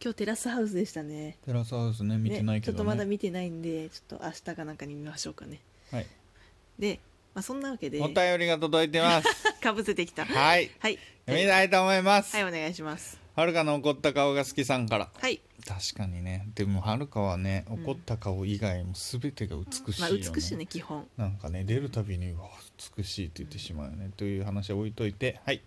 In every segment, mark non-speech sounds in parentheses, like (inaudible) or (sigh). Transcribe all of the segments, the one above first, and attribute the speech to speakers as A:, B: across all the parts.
A: 今日テラスハウスでしたね
B: テラスハウスね見てない
A: ね、
B: け
A: ちょっと
B: ど、ね
A: まだ見てないんでちょっと明日かなんかに見ましょうかね
B: はい、
A: で、まあ、そんなわけで (laughs)
B: お便りが届いてます
A: かぶせてきたはい、
B: はい
A: はい
B: 読みたいと思います、
A: はいお願いします
B: はるかの怒った顔が好きさんから
A: はい、
B: 確かにねでもはるかはね
A: ん
B: 怒った顔以外も全てが美しい
A: ま
B: よ
A: あ、
B: ね,、
A: 美しいね基本
B: なんかね出るたびにうわ美しいって言ってしまうよねという話は置いといてはい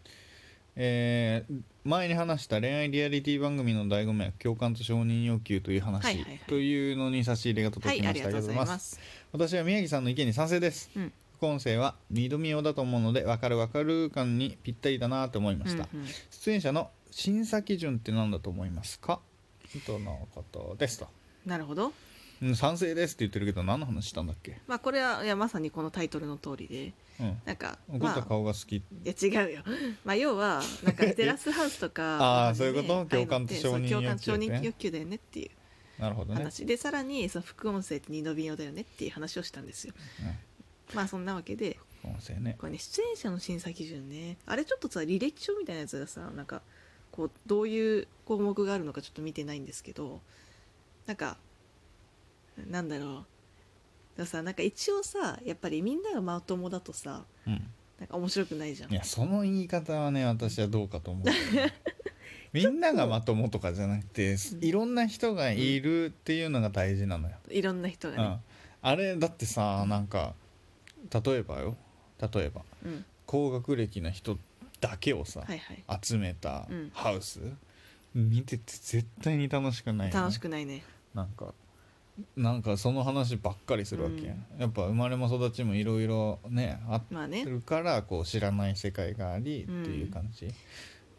B: えー前に話した恋愛リアリティ番組の醍醐味は共感と承認欲求という話、
A: はいはいはい
B: というのに差し入れが
A: は
B: 届き
A: いあ
B: ま
A: り
B: し
A: が
B: た、
A: とうございま
B: い
A: す
B: ます私は宮城さんの意見に賛成です
A: うん
B: 副音声は二度見用だと思うので分かる分かる感にぴったりだなと思いました、
A: うんうん
B: 出演者の審査基準って何だと思いますかとのことですと、
A: なるほど
B: うん、賛成ですって言ってるけど何の話したんだっけ
A: まあこれはいやまさにこのタイトルの通りで
B: うん
A: なんか
B: 怒った
A: まあ
B: 顔が好き、
A: いや違うよ (laughs) まあ要はなん
B: (laughs)
A: かテラスハウスとか
B: あーそういうこと
A: ああのね
B: 共感と承認
A: そう共感と承
B: 欲求ね
A: 認欲求だよねっていう
B: なるほどね、
A: 話でさらにその副音声って二度見用だよねっていう話をしたんですよまあそんなわけで
B: うん、音声ね
A: これね出演者の審査基準ねあれちょっとさ履歴書みたいなやつがさなんかこうどういう項目があるのかちょっと見てないんですけどなんかなんだろうでもさなんか一応さやっぱりみんながまともだとさ
B: うん
A: なんか面白くないじゃん
B: いやその言い方はね私はどうかと思う
A: (laughs)
B: けどねみんながまともとかじゃなくていろんな人がいるっていうのが大事なのよ、
A: いろんな人
B: う
A: が
B: ん
A: ね、、
B: あれだってさなんか例えばよ例えば
A: うん
B: 高学歴な人だけをさ、
A: はいはい
B: 集めた
A: うん
B: ハウス、見てて絶対に楽しくないよね、
A: 楽しくないね
B: なんかなんかその話ばっかりするわけ、
A: うん
B: やっぱ生まれも育ちもいろいろねあっ
A: まあ
B: て
A: ね
B: るからこう知らない世界がありっていう感じ、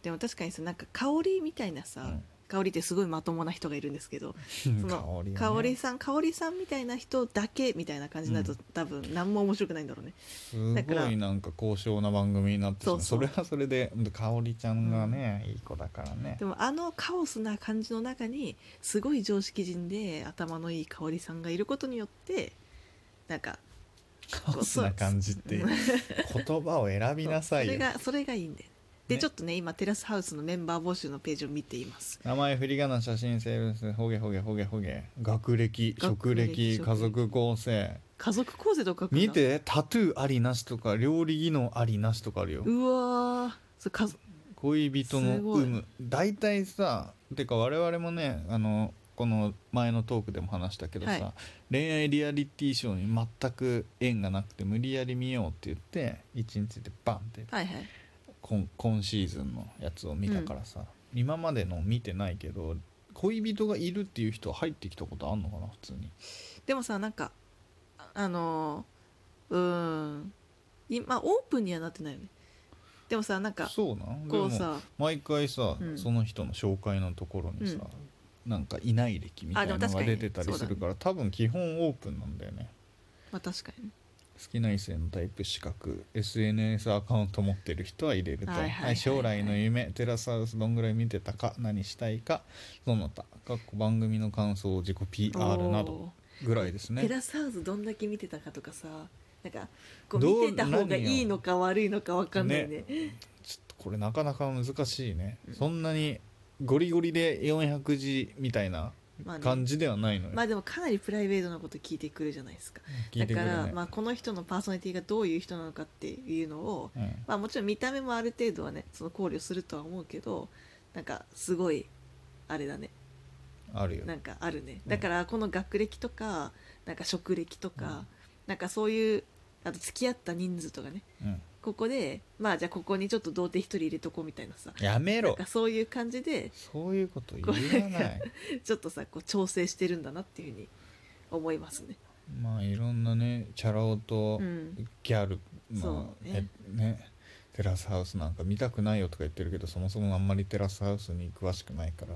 A: でも確かにさなんか香りみたいなさ、
B: うん
A: 香りってすごいまともな人がいるんですけどその
B: 香り
A: 香
B: は
A: り
B: ね
A: さん香りさんみたいな人だけみたいな感じになると、
B: うん
A: 多分何も面白くないんだろうね
B: す
A: だか
B: ご
A: ら
B: いなんか高尚な番組になってしまう
A: そそ
B: そうれ
A: う
B: はそれで香りちゃんがね、いい子だからね
A: でもあのカオスな感じの中にすごい常識人で頭のいい香りさんがいることによってなんか
B: カオスな感じって
A: うん
B: 言葉を選びなさい
A: それ
B: よ
A: がそれがいいんでで、
B: ね
A: ちょっとね今テラスハウスのメンバー募集のページを見ています
B: 名前振り仮名写真性別ほげほげほげほげ学歴
A: 学
B: 職
A: 歴
B: 歴家族構成
A: 家族構成とか書くんだ
B: 見てタトゥーありなしとか料理技能ありなしとかあるよ
A: うわーそう家族
B: 恋人の
A: すごい
B: 有無大体さてか我々もねあのこの前のトークでも話したけどさ、
A: はい
B: 恋愛リアリティショーに全く縁がなくて無理やり見ようって言って一日でバンって
A: はいはい
B: 今今シーズンのやつを見たからさ、今までの見てないけど恋人がいるっていう人は入ってきたことあんのかな普通に
A: でもさなんかああのーうーん今オープンにはなってないよねでもさなんか
B: そうなんで
A: こ
B: も
A: うさ
B: 毎回さ、
A: うん
B: その人の紹介のところにさ、なんかいない歴みたいな
A: あでも
B: の
A: 確か
B: が
A: に
B: 出てたりするから、多分基本オープンなんだよね
A: まあ確かにね
B: 好きな異性のタイプ資格 SNS アカウント持ってる人は入れると、
A: はいはいはいはい
B: はい将来の夢テラスハウスどんぐらい見てたか何したいかその他かっこ番組の感想自己 PR など
A: おー
B: ぐらいですね
A: テラスハウスどんだけ見てたかとかさなんかこう
B: どう
A: 見てた方がいいのか悪いのかわかんないね
B: ちょっとこれなかなか難しいね、そんなにゴリゴリで400字みたいな
A: まあね
B: 感じではないのよ、
A: まあでもかなりプライベートなこと聞いてくるじゃないですか
B: 聞いてく
A: だ
B: れ
A: か
B: ね
A: ら、まあ、この人のパーソナリティがどういう人なのかっていうのを、
B: うん
A: まあ、もちろん見た目もある程度はねその考慮するとは思うけどなんかすごいあれだね
B: あるよ
A: なんかあるね
B: うん
A: だからこの学歴とかなんか職歴とか、
B: うん
A: なんかそういうあと付き合った人数とかね
B: うん
A: ここでまあじゃあここにちょっと童貞一人入れとこうみたいなさ
B: やめ
A: なん
B: ろ
A: かそういう感じで
B: そういうこと言わない
A: ちょっとさこう調整してるんだなっていうふうに思いますね。
B: まあいろんなねチャラ男
A: うん、
B: ギャルの
A: そうね
B: えねテラスハウスなんか見たくないよとか言ってるけどそもそもあんまりテラスハウスに詳しくないから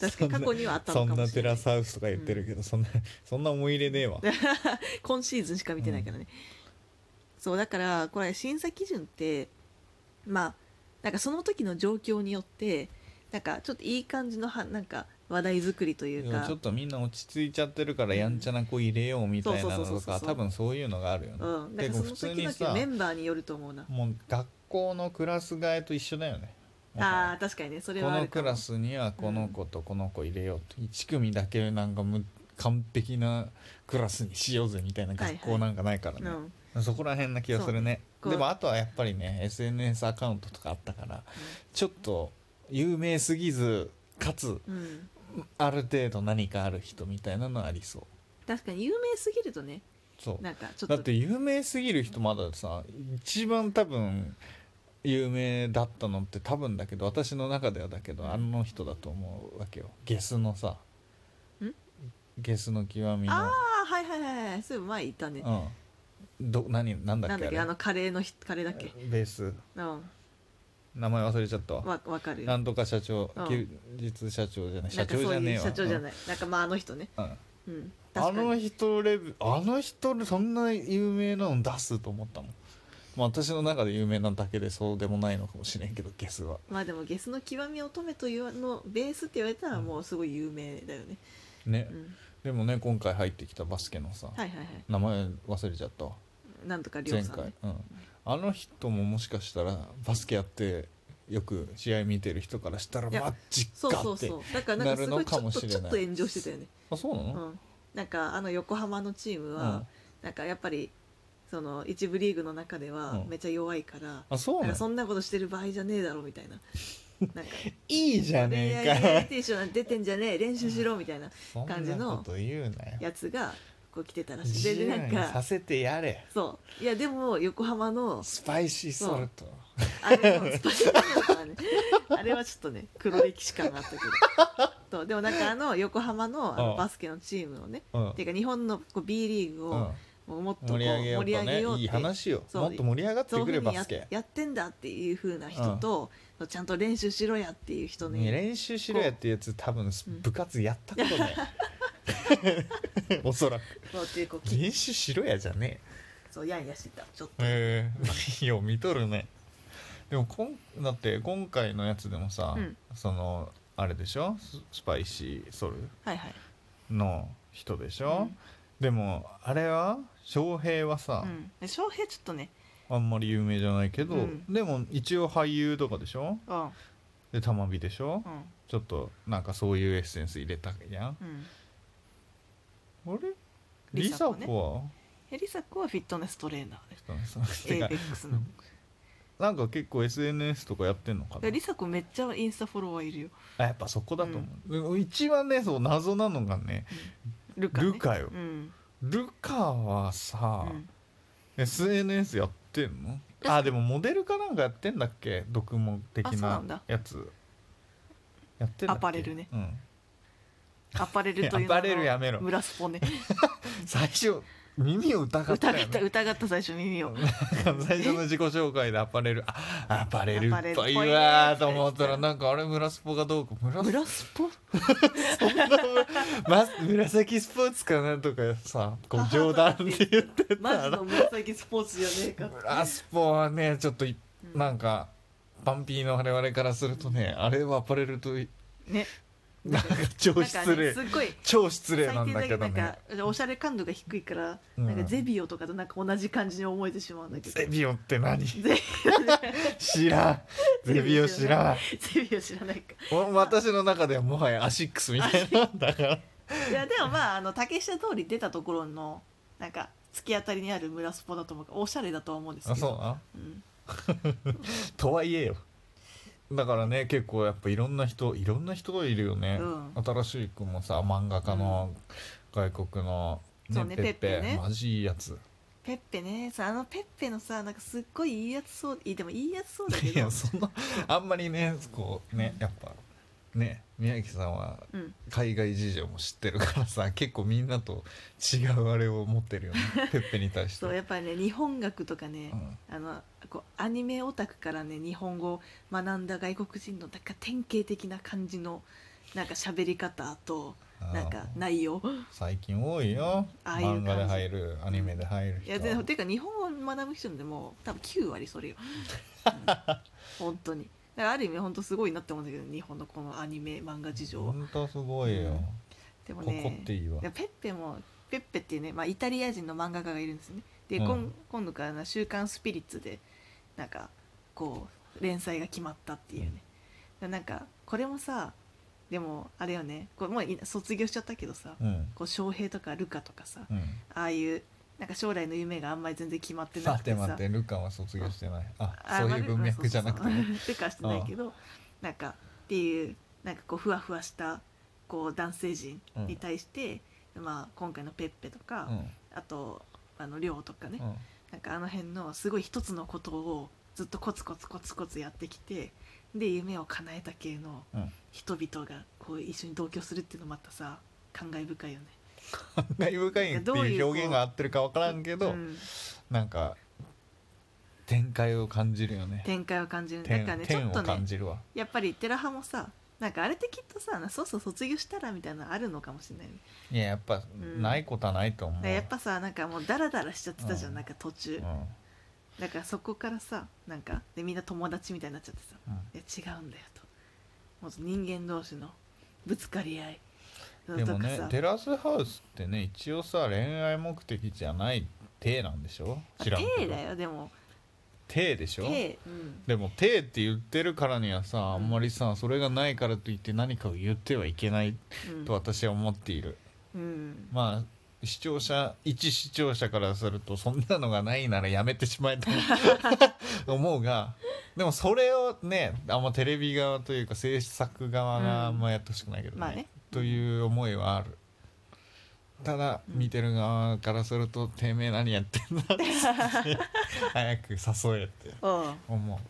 A: 確かに過去にはあった
B: そ
A: の
B: ん
A: かも
B: な
A: し
B: テ
A: れな
B: ラ
A: い
B: スハウスとか言ってるけど、そんなそんな思い入れねえわ
A: 今シーズンしか見てないからね、そうだからこれ審査基準ってまあなんかその時の状況によってなんかちょっといい感じのはなんか話題作りとい
B: で
A: う
B: も
A: か
B: ちょっとみんな落ち着いちゃってるからやんちゃな子入れようみたいな
A: そ
B: の
A: う
B: と
A: そうそうそう
B: か
A: そう
B: 多分そういうのがあるよね、
A: うん、だ
B: で
A: からそ
B: も普
A: の
B: 通
A: 時
B: に
A: 々の
B: さ
A: メンバーによると思うな
B: もう学校のクラス替えと一緒だよね
A: ああ確かにねそれ
B: こ
A: はあ
B: の
A: るか
B: ク
A: も
B: ラスにはこの子とこの子入れようと、1組だけなんかむ完璧なクラスにしようぜみたいな学
A: は
B: 校
A: いは
B: なんかないからね、
A: うん
B: そこら辺な気がするね
A: そうねこう
B: でもあとはやっぱりね SNS アカウントとかあったから、ちょっと有名すぎずかつ
A: うん、
B: ある程度何かある人みたいなのはありそう
A: 確かに有名すぎるとね
B: そう
A: なんかちょっ
B: だ
A: と
B: って有名すぎる人まださ一番多分有名だったのって多分だけど私の中ではだけどあの人だと思うわけよゲスのさ
A: ん
B: ゲスの極み
A: あ
B: の、
A: あはいはいはいはいそういえば前言ったね
B: うん、ど何なんだ
A: な
B: っ
A: ん
B: け
A: だっけ
B: あ
A: あ
B: れ
A: のカレーのひカレーだっけ
B: ベース
A: うんわ
B: 名前忘れちゃったわ
A: わかる
B: な
A: よ
B: んとか社長
A: うん
B: 休日社長じゃない
A: な
B: 社
A: んか
B: 長
A: そう
B: じゃね
A: い
B: え
A: う
B: わ
A: 社長じゃ
B: い、
A: ないなんかまああの人ね
B: うんうん
A: うん
B: あ
A: 確か
B: の
A: に
B: 人レベルあの人そんな有名なの出すと思ったの、まあ、私の中で有名なだけでそうでもないのかもしれんけどゲスは
A: まあでもゲスの極み乙女というのベースって言われたらもうすごい有名だよね
B: ね、
A: うん
B: でもね今回入ってきたバスケのさ、
A: はいはいは
B: 名前忘れちゃったわ
A: いなんとかりょ
B: 前
A: うさん
B: 回、
A: ね
B: うん、あの人ももしかしたらバスケやってよく試合見てる人からしたら
A: いや
B: マジか
A: そうそう
B: って
A: そうだからなんかすごいちょ
B: なるのかも
A: っと
B: しれない
A: ちょっと炎上してたよね
B: あそうな
A: う
B: の、
A: んなんかあの横浜のチームはなんかやっぱりその一部リーグの中では
B: うん
A: めちゃ弱いから
B: あそう
A: な
B: なんの
A: かそんなことしてる場合じゃねえだろみたいななんか
B: いいじゃね
A: 恋愛
B: え
A: リテーションなんて出てんじゃねえ練習しろみたいな
B: か
A: 感じの
B: そんなこと言うなよ
A: やつがこう来てたらし
B: 自
A: いで
B: 由
A: でなん
B: にさ
A: か
B: せてやれ
A: そういやでも横浜の
B: スパイシーソルト
A: あれもスパイスだから
B: (laughs)
A: ねあれはちょっとね黒歴史感があったけどそうでもなんかあの横浜のあ
B: う
A: の
B: ん
A: バスケのチームをね
B: うん
A: っていうか日本のこう B リーグ
B: うん
A: をもうもっとこ
B: 盛
A: う
B: り上げよ
A: 盛
B: う
A: り
B: と
A: 上げ
B: ね
A: ようって
B: いい話よ
A: そう
B: もっと盛り上がっ
A: そういう
B: てく
A: ふ
B: れ
A: うに
B: バ
A: や
B: スケ
A: やってんだっていうふうな人と、ちゃんと練習しろやっていう人
B: ね
A: ね
B: 練習しろやってやつ多分
A: うん
B: 部活やったことない
A: (laughs)
B: おそらく
A: そうっていうこうき
B: 練習しろやじゃね
A: そうやんやしてたちょっと、
B: ええよう見とるねでもこんだって今回のやつでもさ
A: うん
B: そのあれでしょススパイシーソル
A: はいはい、
B: の人でし
A: う
B: ょ
A: ん
B: でもあれは翔平はさ
A: うんで、翔平ちょっとね、
B: あんまり有名じゃないけど
A: うん
B: でも一応俳優とかでしょ
A: うんうん
B: で玉火でしょちょっとなんかそういうエッセンス入れたやん
A: うん、
B: あれ
A: リ
B: リ
A: サ
B: サ
A: 子ね
B: 子
A: えりさこはフィットネストレーナーで
B: はそうそうて
A: エイ
B: か
A: ペックスの
B: なんか結構 SNS とかやってんのかな
A: りさこめっちゃインスタフォロワーいるよ
B: あやっぱそこだと思う、でも一番ねそう謎なのがね
A: ルカ、ね、
B: ルカよ
A: うん、
B: ルカはさ、
A: うん
B: SNS やって
A: 確
B: んの
A: かに
B: あでもモデルかなんかやってんだっけ独門的
A: あそうな
B: なん
A: だ
B: やつやってんだっけ
A: アパレルね
B: うん、
A: アパレルという名の
B: アパレルやめろ
A: 村スポね
B: 最初耳を疑ったよ
A: 疑
B: ね
A: った疑った最初耳を
B: (laughs) 最初の自己紹介でアパレルあアパレルっぽい
A: アパレルっぽいね
B: わーと思ったらなんかあれ村スポがどうか村ス
A: 村スポ
B: ま、紫スポーツかなとかさこう冗談で言 (laughs) って
A: マジ
B: たら
A: の紫スポーツじゃねえか
B: 村スポはねちょっといなんかパンピーの我々からするとねあれはアパレルとい (laughs)
A: ね
B: なんか超
A: なんか
B: 失
A: ね
B: 礼
A: すっごい
B: 超失礼
A: 最
B: なん
A: 低
B: だ
A: だ
B: け
A: け
B: ど
A: どなん
B: ね
A: かおしゃれ感度が低いから、
B: うん
A: なんかゼビオとかとなんか同じ感じに思えてしまうんだけど
B: ゼビオって何
A: ゼ
B: 知ら
A: (laughs)
B: んゼビオ知らん
A: ゼビオ知らないか
B: お私の中ではもはやアシックスみたいな
A: (laughs)
B: んだから
A: いやでもまああの竹下通り出たところのなんか突き当たりにある村スポだと思うからおしゃれだとは思うんです
B: あ
A: けど
B: そうな
A: うん
B: とはいえよだからね結構やっぱいろんな人いろんな人がいるよね、
A: う
B: 新しいくもさ漫画家の外国の、
A: そうね
B: ペッペ
A: ペッペね
B: マジいいやつ
A: ペッペねさあのペッペのさなんかすっごいいいやつそういいでもいいやつそうだけ
B: い
A: ど
B: やそんなあんまりねこうねやっぱね宮城さんは
A: うん
B: 海外事情も知ってるからさ結構みんなと違うあれを持ってる
A: (laughs)
B: よねペッペに対して
A: そうやっぱりね日本学とかね、
B: うん
A: あのこうアニメオタクからね日本語を学んだ外国人のなんか典型的な感じのなんか喋り方と
B: あー
A: なんか内容
B: 最近多いよ
A: ああいう感
B: 漫
A: じ
B: 画で入るアニメで入る
A: い
B: 人
A: やでていうか日本を学ぶ人でも多分9割それよ、
B: (laughs)
A: うん、本当にだからある意味本当すごいなって思うんだけど日本のこのアニメ漫画事情は
B: ほんとすごいよ、
A: でも
B: こ
A: ね
B: こっていいわ
A: いやペッペもペッペっていうね、まあ、イタリア人の漫画家がいるんですよねで、
B: うん
A: こん今度からな「週刊スピリッツ」でなんかこう連載が決まったっていうね、なんかこれもさでもあれよねこれもうい卒業しちゃったけどさ、
B: うん
A: こう翔平とかルカとかさ、
B: うん
A: ああいうなんか将来の夢があんまり全然決まってな
B: 待
A: く
B: って
A: てさ
B: 待ってルカは卒業してないあ
A: あ
B: そう
A: まあ
B: いう
A: ルカ
B: 文脈じゃなくてね
A: そうそうそうルカはしてないけどなんかっていうなんかこうふわふわしたこう男性陣に対して、まあ、今回のペッペとか、
B: うん
A: あとあの亮とかね、
B: うん
A: なんかあの辺のすごい一つのことをずっとコツコツコツコツやってきてで夢を叶えた系の
B: うん
A: 人々がこう一緒に同居するっていうのまたさ感慨深いよね。
B: 感慨深いって
A: どうい
B: いうう表現が合ってるか分からんけど、
A: うん
B: なんか展開を感じるよね
A: 展開を感じるなん
B: 天
A: かねちょ
B: 天
A: っと
B: を感
A: ね
B: じるわ、
A: やっぱり寺派もさなんかあれってきっとさそうそう卒業したらみたいなのあるのかもしれないよね、
B: いややっぱ、
A: ん
B: ないことはないと思
A: だ
B: う
A: からやっぱさなんかもうダラダラしちゃってたじゃん、
B: うん
A: なんか途中、
B: うん
A: だからそこからさなんかでみんな友達みたいになっちゃってさ
B: うん
A: いや違うんだよともっと人間同士のぶつかり合い
B: で
A: と
B: も
A: か
B: ね
A: さ
B: テラスハウスってね一応さ恋愛目的じゃない体なんでしょ知らん
A: 手
B: けど
A: だよでも
B: 体でしょ
A: 手、うん、
B: でも体って言ってるからにはさあんまりさそれがないからといって何かを言ってはいけない
A: うん
B: と私は思っている、
A: うん
B: まあ視聴者一視聴者からするとそんなのがないならやめてしまえと
A: (laughs)
B: 思うがでもそれをねあんまテレビ側というか制作側があんまやってほしくないけどね,、
A: まあね
B: という思いはあるただ
A: うん
B: 見てる側からすると「てめえ何やってんだ」って
A: (laughs)
B: 早く誘えって
A: おうっ
B: 思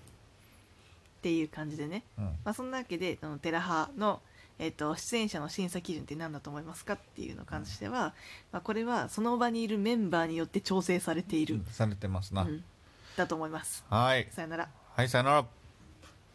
A: ていう感じでね、
B: う、うん、
A: まあ、そんなわけであのテラ派の、えっと出演者の審査基準って何だと思いますかっていうのに関しては、まあ、これはその場にいるメンバーによって調整されている、
B: されてます
A: う
B: な、
A: んだと思います
B: はい
A: さよなら
B: はいさよなら